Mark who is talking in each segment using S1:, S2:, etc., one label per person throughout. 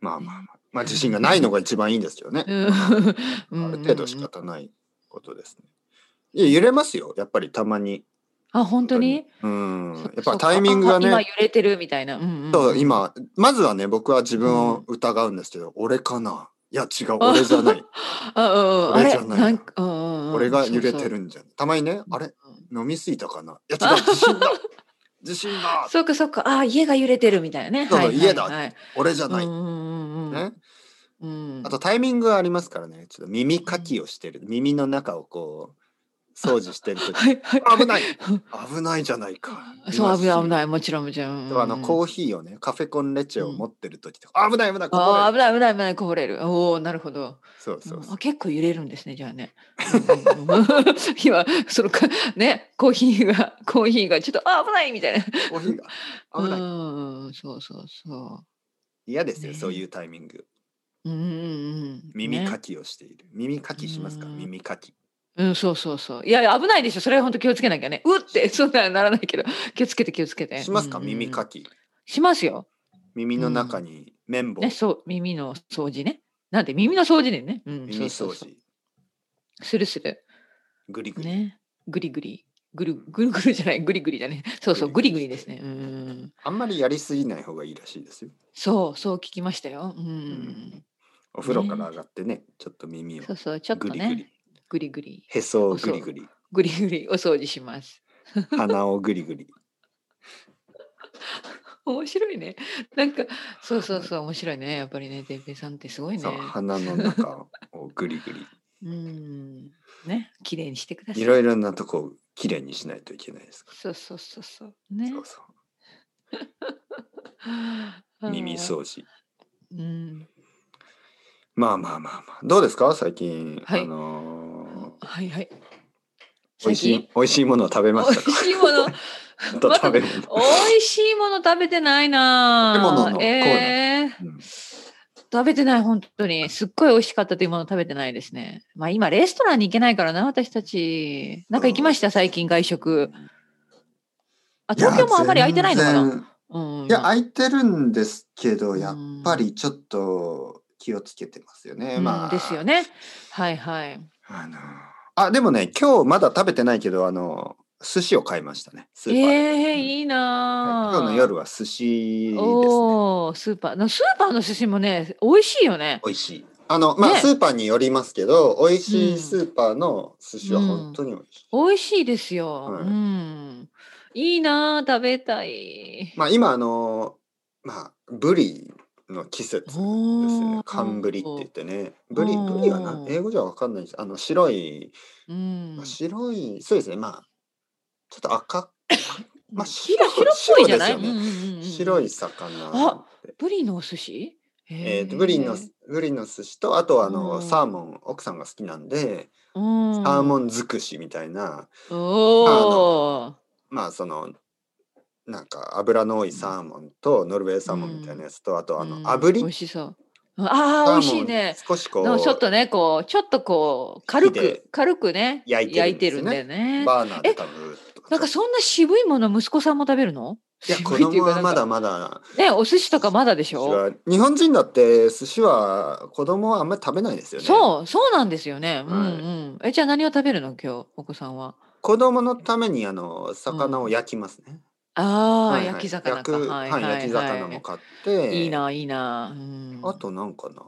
S1: まあまあまあ。まあ自信がないのが一番いいんですよね。
S2: う
S1: あ
S2: ん
S1: る程度仕方ないことですね。いや揺れますよ、やっぱりたまに。
S2: あ本当に
S1: うん。
S2: そ
S1: やっ
S2: そ
S1: ぱ
S2: う
S1: タイミングが
S2: あ今
S1: ね、
S2: 揺れてるみたいな、うんうんうん
S1: そう今、まずはね、僕は自分を疑うんですけど、俺かないや違う、俺じゃない。
S2: あうんうんあ
S1: 俺
S2: れ
S1: じゃない
S2: なんか、うん うんうん、
S1: 俺が揺れて
S2: そう
S1: るんじゃん。たまにね、あれ
S2: そう
S1: 飲みすぎたかない や違う、地震だ地震だ
S2: そうかそうかあー家が揺れてるみたいなね
S1: そうそう
S2: はい
S1: 家だ
S2: はいはい
S1: 俺じゃない。
S2: う
S1: ね。
S2: んうんうんうんうん
S1: あとタイミングがありますからね、ちょっと耳かきをしてる、耳の中をこう、掃除してるとき、
S2: はいはい
S1: 危 ない危ないじゃないか。
S2: そう危ない危
S1: い。
S2: ないもちろんもちろん
S1: とかあのコ
S2: う
S1: ーヒーをね、カフェコンレチェを
S2: うん
S1: 持ってるときとか、危ない危ない、こぼれ
S2: あー
S1: る
S2: 危ない危ない危ないこぼれるおおなるほど
S1: そうそうそう
S2: あ。結構揺れるんですねじゃあね。うん うんうん今そのかねコーヒーがコーヒーがちょっとあ危ないみたいな。
S1: コーヒーが危ない。
S2: うんそうそうそ
S1: 嫌ですよ、
S2: ね
S1: そういうタイミング。
S2: う。うんうんうん。
S1: 耳か
S2: ね、
S1: きをしている。耳かきしますか
S2: うん
S1: 耳かき。
S2: うんそうそうそう。いやいや危ないでしょそれは本当気をつけなきゃね。うって そんなのならないけど気をつけて気をつけて。
S1: しますか
S2: うんうんうん
S1: 耳かき。
S2: しますよ。
S1: 耳の中に綿棒
S2: ね、そう耳の掃除ね。なんで耳の掃除でね。うん、
S1: 耳
S2: そ
S1: 掃
S2: うそうそう
S1: 除、
S2: するする。
S1: グリグリ。
S2: ね。ぐりぐり。ぐるぐるぐるじゃない。ぐりぐりだね。そうそう。
S1: ぐ
S2: ぐ
S1: り
S2: り
S1: ぐ
S2: ぐ
S1: り
S2: りですね。うん。
S1: あんまりやりすぎない方がいいらしいですよ。
S2: そうそう聞きましたよ。うん。
S1: お風呂から上がってね、ちょっと耳を
S2: そうそう。ちょっと
S1: グリグリ
S2: ね。。ぐりぐり。
S1: へそをグリグリ。
S2: ぐりぐりお掃除します。
S1: 鼻をグリグリ。
S2: 面白いね。なんか、そうそうそう、面白いね。やっぱりね、てっぺいさんってすごいね
S1: そう。鼻の中をグリグリ。
S2: うん。ね、綺麗にしてください。
S1: いろいろなとこをきれいにしないといけないですか
S2: そうそうそうそう。
S1: ら。
S2: ね
S1: そ。うそう耳
S2: う。
S1: 掃除。
S2: うん。
S1: まあまあまあまあ。どうですか最近、
S2: はい
S1: あのー
S2: はいはい。
S1: 美味し
S2: 最
S1: い美味しいものを食べま
S2: 近。
S1: し
S2: 美
S1: たか
S2: 味しいも
S1: ち
S2: の。
S1: ょ っと食べ物。
S2: 美味しいもの食べてないな
S1: 食べ物の
S2: ぁ
S1: コーナー
S2: えー
S1: うん
S2: 食べてない本当にすっごい美味しかったというもの食べてないですねまあ今レストランに行けないからな私たちなんか行きました最近外食あ東京もあんまり空いてないのかな
S1: な
S2: うん
S1: いや、
S2: 今
S1: 空いてるんですけど、
S2: うん
S1: やっぱりちょっと気をつけてますよね。ま
S2: う
S1: あ、
S2: んですよ。ねはいはい
S1: あのーあ、でもね、今日まだ食べてないけど、あのー、寿司を買いましたね。スーパーで。
S2: え
S1: う
S2: ー、
S1: ん
S2: いい
S1: はい
S2: なぁ
S1: 今日の夜は寿司ですね。
S2: おースーパーのスーパーの寿司もね美味しいよね
S1: 美味しい。あの、まあ、
S2: ね
S1: スーパーによりますけど、美味し
S2: う
S1: い
S2: ん
S1: スーパーの寿司は本当に美味しい。
S2: 美味しいですよ、
S1: はい
S2: うんいいなぁ食べたい
S1: まあ、今、あのー、まあ、ブリの季節ですよ
S2: お
S1: ね
S2: ー。
S1: 寒ブリって言ってね。ブリ、
S2: おー
S1: ブリはな英語じゃわかんないです。あの、白い、
S2: うん
S1: まあ、白い、そうですね、まあ、ちょっと赤、まあ、
S2: 白
S1: 白
S2: 白っぽいじゃない、
S1: 白ですよね
S2: うんうんうんうん
S1: 白い魚。
S2: あブリのお寿司
S1: えー、とブリのブリの寿司とあとはあの、
S2: うん
S1: サーモン奥さんが好きなんで、サ
S2: サ
S1: ー
S2: ー
S1: モ
S2: ン
S1: ン尽くしみたいな
S2: おー
S1: まあそのなんか油の多いサーモンとノルウェーサーモンみたいなやつと、あとあの
S2: うん
S1: 炙り、
S2: 美味しそうあ
S1: サー
S2: あ
S1: モン
S2: 美味しいね
S1: 少しこ
S2: の
S1: う
S2: ちょっとねこうちょっとこう
S1: 火
S2: 軽
S1: で
S2: く軽くね
S1: 焼いてるんですよね
S2: んだよね
S1: バーナーで多分
S2: なんかそんな渋いもの息子さんも食べるの
S1: いや
S2: 渋
S1: 子
S2: いっていう
S1: 供
S2: か
S1: は
S2: なん
S1: まだ
S2: か
S1: まだ
S2: ねお寿司とかまだでし
S1: 寿司
S2: ょ
S1: は日本人だって寿司は子供はあんまり食べないですよね
S2: そうそうなんですよね、うん
S1: はい
S2: うんえじゃあ何を食べるの今日お子さんは
S1: 子供のためにあの魚を焼きますね、
S2: ああ、
S1: はいはい
S2: 焼き魚
S1: 焼
S2: か。
S1: くはい焼き魚も買って
S2: いいな、いいな。うん
S1: あ、となんかな。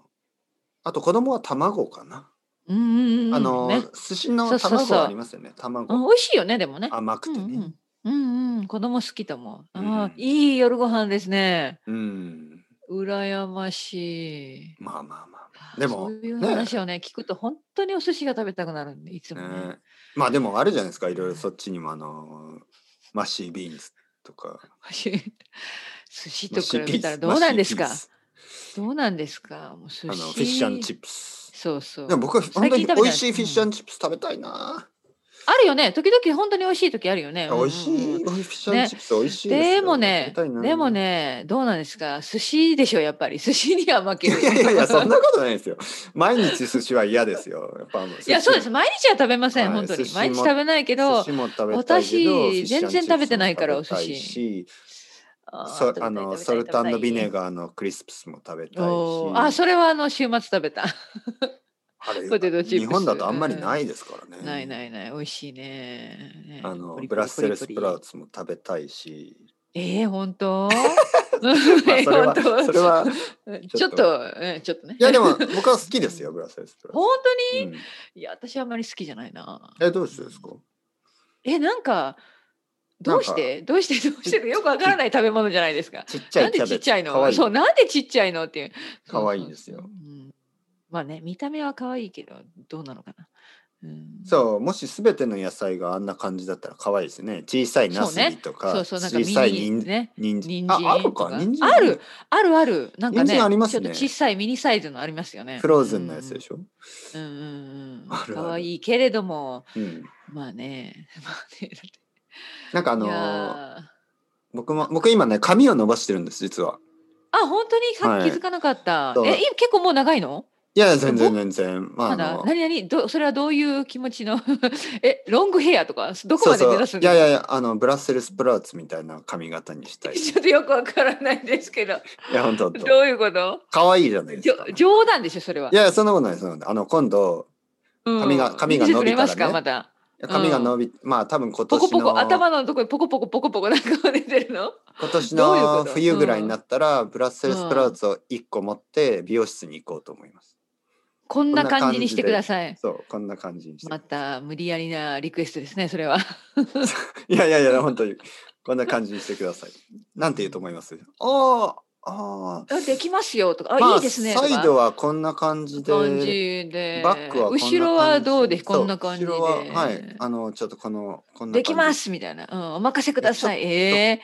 S1: あと子供は卵かな。
S2: うんうんうん、
S1: あの、
S2: ね、
S1: 寿司の
S2: そうそうそう
S1: 卵ありますよね。
S2: うん
S1: 卵
S2: 美味しいよね、でもね。
S1: 甘くて
S2: うんう
S1: ね
S2: ん。うんうん、子供好きと思う。あ
S1: うん
S2: ーいい夜ご飯ですね。
S1: うん。
S2: 羨ましい。
S1: まあまあまあ。でも
S2: そういう
S1: ね
S2: 話をね、聞くと本当にお寿司が食べたくなるんで、いつもね。
S1: ね。まあでもあるじゃないですか。いろいろそっちにもあのマッシービーンズとか。
S2: 寿司
S1: マ
S2: と
S1: ッシ
S2: 比
S1: ー
S2: べ
S1: ピ
S2: た
S1: ー
S2: ら
S1: ス
S2: どうなんですか
S1: マッシー
S2: どうなんですかもう寿
S1: ピースあの
S2: 司。
S1: フィッシュチップス。
S2: そうそう。
S1: でも僕は本当に
S2: 最
S1: 美
S2: 近食べてない
S1: 味しいフィッシュチップス食べたいな。
S2: あるよね。時々本当に美味しい時あるよね。
S1: 美味し
S2: うんうんうん
S1: いフィッシュチップス美味しいすよ
S2: でもね
S1: 食べたい、な
S2: でも。ね、どうなんですか寿司でしょ、やっぱり。寿司には負
S1: い
S2: け
S1: や
S2: る。
S1: いやいやそんなことないですよ。毎日寿司は嫌ですよ。やっぱあの
S2: いやそうで
S1: 寿
S2: す。
S1: 司
S2: 毎日は食べません、
S1: はい
S2: 本当
S1: 寿
S2: に。
S1: 司も
S2: 毎日食べないけど
S1: 寿、司も食べたいけど
S2: 私
S1: フィッシュ
S2: 全然食べてないから
S1: チップスも食べた
S2: お寿司
S1: し
S2: あー
S1: そ
S2: 食べたい
S1: あの
S2: 食べた
S1: ソ
S2: い
S1: ルト
S2: 食べたい
S1: ビネガーのクリスプスも食べたいし
S2: おーあそれはあの週末食べた
S1: あれ
S2: ポテトチップ
S1: 日
S2: ス
S1: 本だとあんまりないですからね、
S2: ないないない美味しいねね
S1: あの
S2: ポリポリ
S1: ブラッセルスプラウ
S2: ポリポ
S1: ツも食べたいし、
S2: リえー、本当
S1: まあ、それは
S2: えー本当
S1: それは
S2: ちょっとえーちょっとね
S1: いやでも僕は好きですよブラッセルスプラウ
S2: 本
S1: ツ、
S2: 当に、
S1: うん
S2: いや私あんまり好きじゃないな
S1: えどうしてですか
S2: えなんかどうしてどうしてどうしてよくわからない食べ物じゃないですか
S1: ちっちゃ
S2: ないんで
S1: キャ
S2: ち
S1: ベ
S2: っ
S1: ツ
S2: ちゃいの
S1: かわいい
S2: そうなんでちっちゃいのっていう
S1: 可愛いんですよ
S2: そうそうそううんまあね見た目は可愛いけどどうなのかな、うん、
S1: そうもし全ての野菜があんな感じだったら可愛いですね小さいナスビとか,、
S2: そうそうなんか
S1: 小さい
S2: ミ
S1: 人
S2: ニね
S1: 人
S2: 人
S1: 参
S2: 参
S1: あある
S2: と
S1: か人参
S2: あるあるあるなんか
S1: 人
S2: ね
S1: 参ありますね
S2: ちょっと小さいミニサイズのありますよね
S1: フローズンのやつでしょ、
S2: うんうんうんうん
S1: あるある
S2: 可愛いけれども
S1: うん、
S2: まあね まあねだって
S1: なんかあの
S2: いや
S1: ー
S2: ー
S1: 僕も僕今ね髪を伸ばしてるんです実は
S2: あ本当にさっき気づかなかった、
S1: はい
S2: えい結構もう長いの
S1: いやいや全然全然まああ
S2: まだ
S1: の
S2: 何何どそれはどういう気持ちの えロングヘアとかどこ
S1: そ
S2: ま
S1: う
S2: で
S1: そ
S2: 目
S1: う
S2: 指すん
S1: い
S2: で
S1: や
S2: すか
S1: いやいやあのブラッセルスプラウツみたいな髪型にしたい
S2: ちょっとよくわからないですけど
S1: いや本当本当
S2: どういうこと
S1: 可愛いじゃないで
S2: じ
S1: す
S2: ょ
S1: かい
S2: 冗談でしょそれは、
S1: やいやそんなことないそんなことないあの今度
S2: うん
S1: 髪が髪が伸びたらね
S2: 見せてくれますかまた
S1: 髪が伸び、まあ多分今
S2: ポ
S1: 年
S2: コ
S1: の
S2: ポコ頭のとこにポコポコポコポコなんか出て るの
S1: 今年
S2: どういうこ
S1: の
S2: と
S1: 冬ぐらいになったら、ブラッセルスプラウツを1個持って美容室に行こうと思います。
S2: こんな感じにしてください
S1: そうこんな感じにして、
S2: また無理やりなリクエストですねそ れはい
S1: やいやいや本当にこんな感じにしてください。なんて言うと思い ますあああ
S2: あできますよとか
S1: あ
S2: あ、
S1: まあ
S2: いいですねと
S1: サ
S2: か
S1: イドはこんな感じで
S2: 感じで
S1: バックはこんな感じ
S2: 後ろはどうですこんな感じで
S1: そう後ろははいあのちょっとこのこんな感じ
S2: できますみたいな、うん、お任せください。え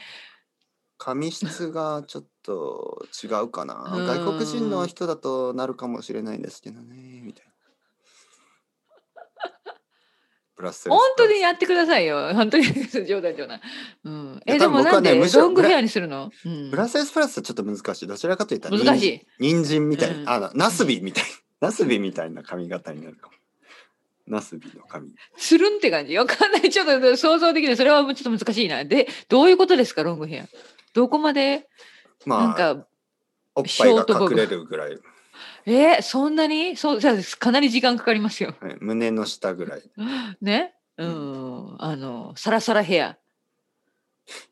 S1: 髪質がちょっと違うかな
S2: うん
S1: 外国人の人だとなるかもしれないですけどねみたい な。ブラッセ
S2: ー、
S1: ルス
S2: 本当にやってくださいよ。 本当に冗談冗談。うん、
S1: い
S2: え
S1: や
S2: でも
S1: 多分僕
S2: な
S1: は
S2: ん
S1: ね
S2: で
S1: むしろ
S2: ロングヘアにするの？うん
S1: ブラッセルスプラスはちょっと難しい。どちらかというと
S2: 難し
S1: い。
S2: い。
S1: 人参みたいな、
S2: うん
S1: あのナスビみたいな、ナスビみたいな髪型になるかも。ナスビの髪。
S2: つるんって感じ。わかんない。 ちょっと想像できない。それはちょっと難しいな。でどういうことですかロングヘア？どこまでなん
S1: まあ、
S2: か、
S1: おっぱい
S2: ショート
S1: が
S2: ボブ
S1: 隠れるぐらい、
S2: えーそんなにそうじゃあかなり時間かかりますよ。
S1: はい胸の下ぐらい。い
S2: ね。う、
S1: うん
S2: あのサラサラヘア。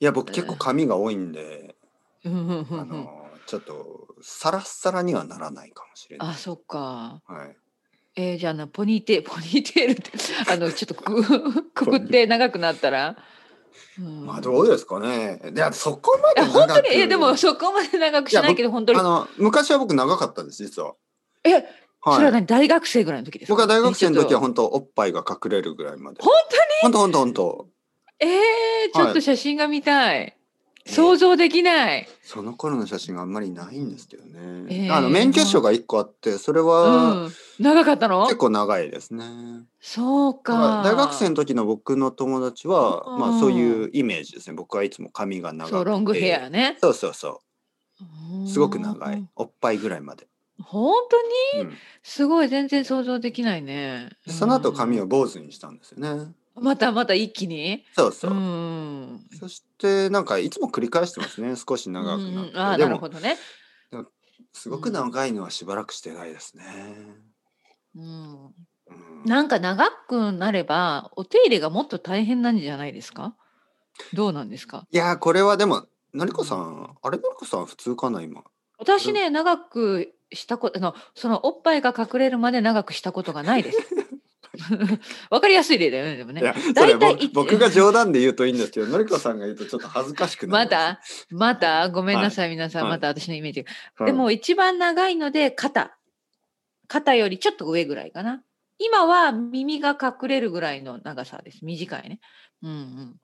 S1: や、僕結構髪が多いんで、
S2: うんうんうんう
S1: あ
S2: ん。
S1: の、ちょっとサラッサラにはならないかもしれない。
S2: あそっか。
S1: はい。
S2: えー、じゃあなポニーテール ポニーテールってあのちょっとく くくって長くなったら、うん
S1: まあ、どうですかね。いや、そこま
S2: いや
S1: で
S2: 本
S1: 長
S2: 当
S1: く。
S2: にいやでもそこまで長くしないけど本当
S1: あ
S2: に
S1: の、昔は僕長かったです、実は。
S2: え、それ
S1: は。
S2: はい何大学生ぐらいの時ですか
S1: 僕は大学生の時は
S2: ね
S1: 本当おっぱいが隠れるぐらいまで
S2: ちょっと。
S1: 本
S2: 本
S1: 当本当本当。
S2: 当にえー、ちょっと写真が見たい、想像できない、
S1: その頃の写真があんまりないんですけどね。
S2: えー
S1: あの免許証が一個あって、それは
S2: うん、長かったの
S1: 結構長いですね。
S2: そう
S1: だか
S2: から
S1: 大学生の時の僕の友達は、
S2: うん
S1: まあそういうイメージですね。僕はいつも髪が長くて。
S2: そうロングヘアね
S1: そうそうそう。すごく長
S2: う
S1: い
S2: ん。
S1: おっぱいぐらいまで。
S2: 本当に
S1: うん、
S2: すごい全然想像できないね
S1: でその後髪
S2: を
S1: を坊主にしたんですよね。
S2: またまた一気に
S1: そうそう。
S2: ん
S1: そしてなんかいつも繰り返してますね。少し長くなって。
S2: うんうん、ああ
S1: で
S2: なるほ
S1: も
S2: どね、
S1: すごく長いのはしばらくしてないですね。
S2: うん、
S1: うん
S2: なんか長くなればお手入れがもっと大変なんじゃないですかどうなんですか
S1: いやーこれはでものりこさんあれのりこさん普通かな今
S2: 私ね長くしたことあのそのおっぱいが隠れるまで長くしたことがないです わかりやすい例だよねでも
S1: いや
S2: ね
S1: それ
S2: 大体
S1: 僕
S2: 一
S1: 僕が冗談で言うといいんですけどのりこさんが言うとちょっと恥ずかしくな
S2: ま
S1: る
S2: たまたごめんなさい、皆さん
S1: はい
S2: また私のイメージが、
S1: はい
S2: でも一番長いので肩肩よりちょっと上ぐらいかな今は耳が隠れるぐらいの長さです短いねうんうん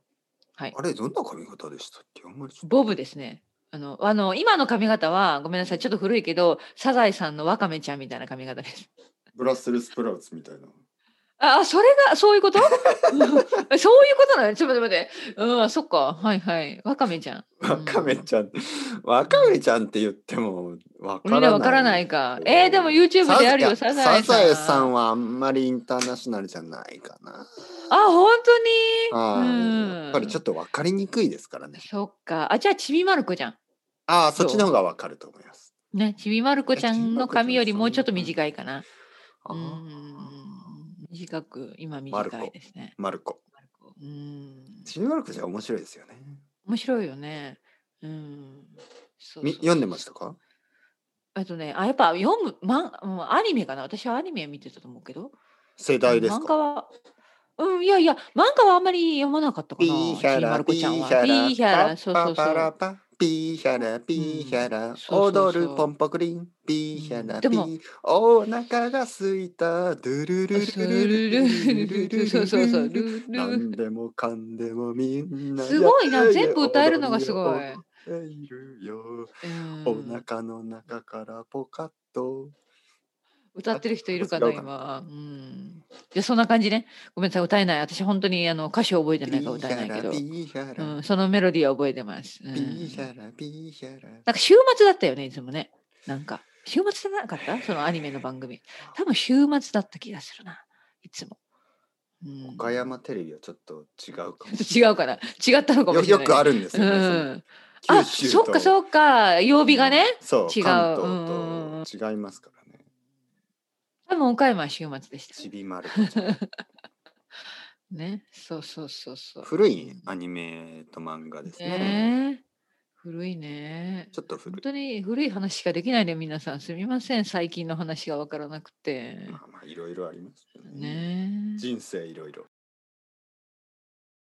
S2: はい
S1: あれどんな髪型でしたっけあんまりちょっと
S2: ボブですね。あの、あの、今の髪型は、ごめんなさい、ちょっと古いけど、サザエさんのワカメちゃんみたいな髪型です。
S1: ブラッセルスプラウツみたいな
S2: あ、あそれが、そういうこと うんそういうことなのちょっと待って待って。うん、そっか。はいはい。ワカメちゃん。
S1: わかめちゃんわかめちゃんって言ってもわか
S2: み
S1: ら
S2: ん
S1: ない
S2: なわからないか。えー、でも YouTube であるよ、
S1: サザエ
S2: サザエさん。
S1: サザエさんはあんまりインターナショナルじゃないかな
S2: あ、本当
S1: あ
S2: に
S1: ーやっぱりちょ
S2: っ
S1: っと分かりにくいですからね。
S2: そっか。あ、じゃあ、ちびまる子じゃん。
S1: ああ、そっちの方が分かると思います。
S2: ね、ちびまる子ちゃんの髪よりもうちょっと
S1: ちびまる子ち
S2: 短いかな。
S1: あ
S2: う
S1: あ
S2: ん。短く、今短いですね。
S1: マルコ。
S2: まる子うん。
S1: ちびまる子じゃ面白いですよね。
S2: 面白いよね。うん。そう
S1: み
S2: そう
S1: 読んでましたか
S2: えっとね、あ、やっぱ読む、まん、うんアニメかな。私はアニメ見てたと思うけど。
S1: 世代です
S2: 漫画
S1: か
S2: は。うん、いやいや、漫画はあんまり読まなかったかな。
S1: ピーヒャ
S2: ちびま
S1: ラ
S2: る子
S1: ピー
S2: ち
S1: ヒ
S2: ゃんは。
S1: ャラ
S2: ピーヒャラ、そう
S1: パ
S2: そ
S1: ッ
S2: うそ
S1: パラ
S2: う。
S1: パピーヒャラピーヒャ
S2: う
S1: ラ
S2: んそうそうそう
S1: 踊るポンポクリンピーヒャ
S2: う
S1: ラ
S2: ん
S1: ピ
S2: でも
S1: ーお腹が空いたドゥルルル
S2: そう
S1: ルルルルルルルルル
S2: そうそうそう。ル
S1: 何
S2: ル
S1: でもかんでもみんな
S2: すごい
S1: や
S2: な、
S1: って
S2: 全部歌えるのがすご
S1: 踊
S2: い。
S1: っているよ
S2: うん
S1: お腹の中からポカッと
S2: 歌ってる人いるかな、
S1: 違うか
S2: 今。うん。じゃそんな感じね。ごめんなさい、歌えない。私、本当にあの歌詞を覚えてないから歌えないけど
S1: ピ。ーヒャ
S2: う
S1: ラ
S2: ん、そのメロディーは覚えてます。うん
S1: ピーヒャラピーヒャラピーヒャラ
S2: なんか週末だったよね、いつもね。なんか、週末じゃなかったそのアニメの番組。多分週末だった気がするな、いつも。うん、
S1: 岡山テレビはちょっと違うかも
S2: 違うかな違ったのかも
S1: よ
S2: しれ
S1: よ
S2: ない。
S1: くあるんですよね。その
S2: うん。
S1: 九
S2: あ、
S1: 州
S2: そっ
S1: と
S2: かそっか、曜日がね。
S1: そう
S2: 違う
S1: 関
S2: うんうん
S1: 東と違いますからね。
S2: 多分岡山は週末でした。
S1: ちびまる子ちゃん
S2: ね。そうそうそう そう。
S1: 古いアニメと漫画ですね。
S2: ねえ古いね。
S1: ちょっと
S2: 本
S1: 古い。
S2: 当に古い話しかできないね、皆さん。すみません、最近の話がわからなくて。
S1: まあまあいろいろありますよね。
S2: ねえ
S1: 人生いろいろ。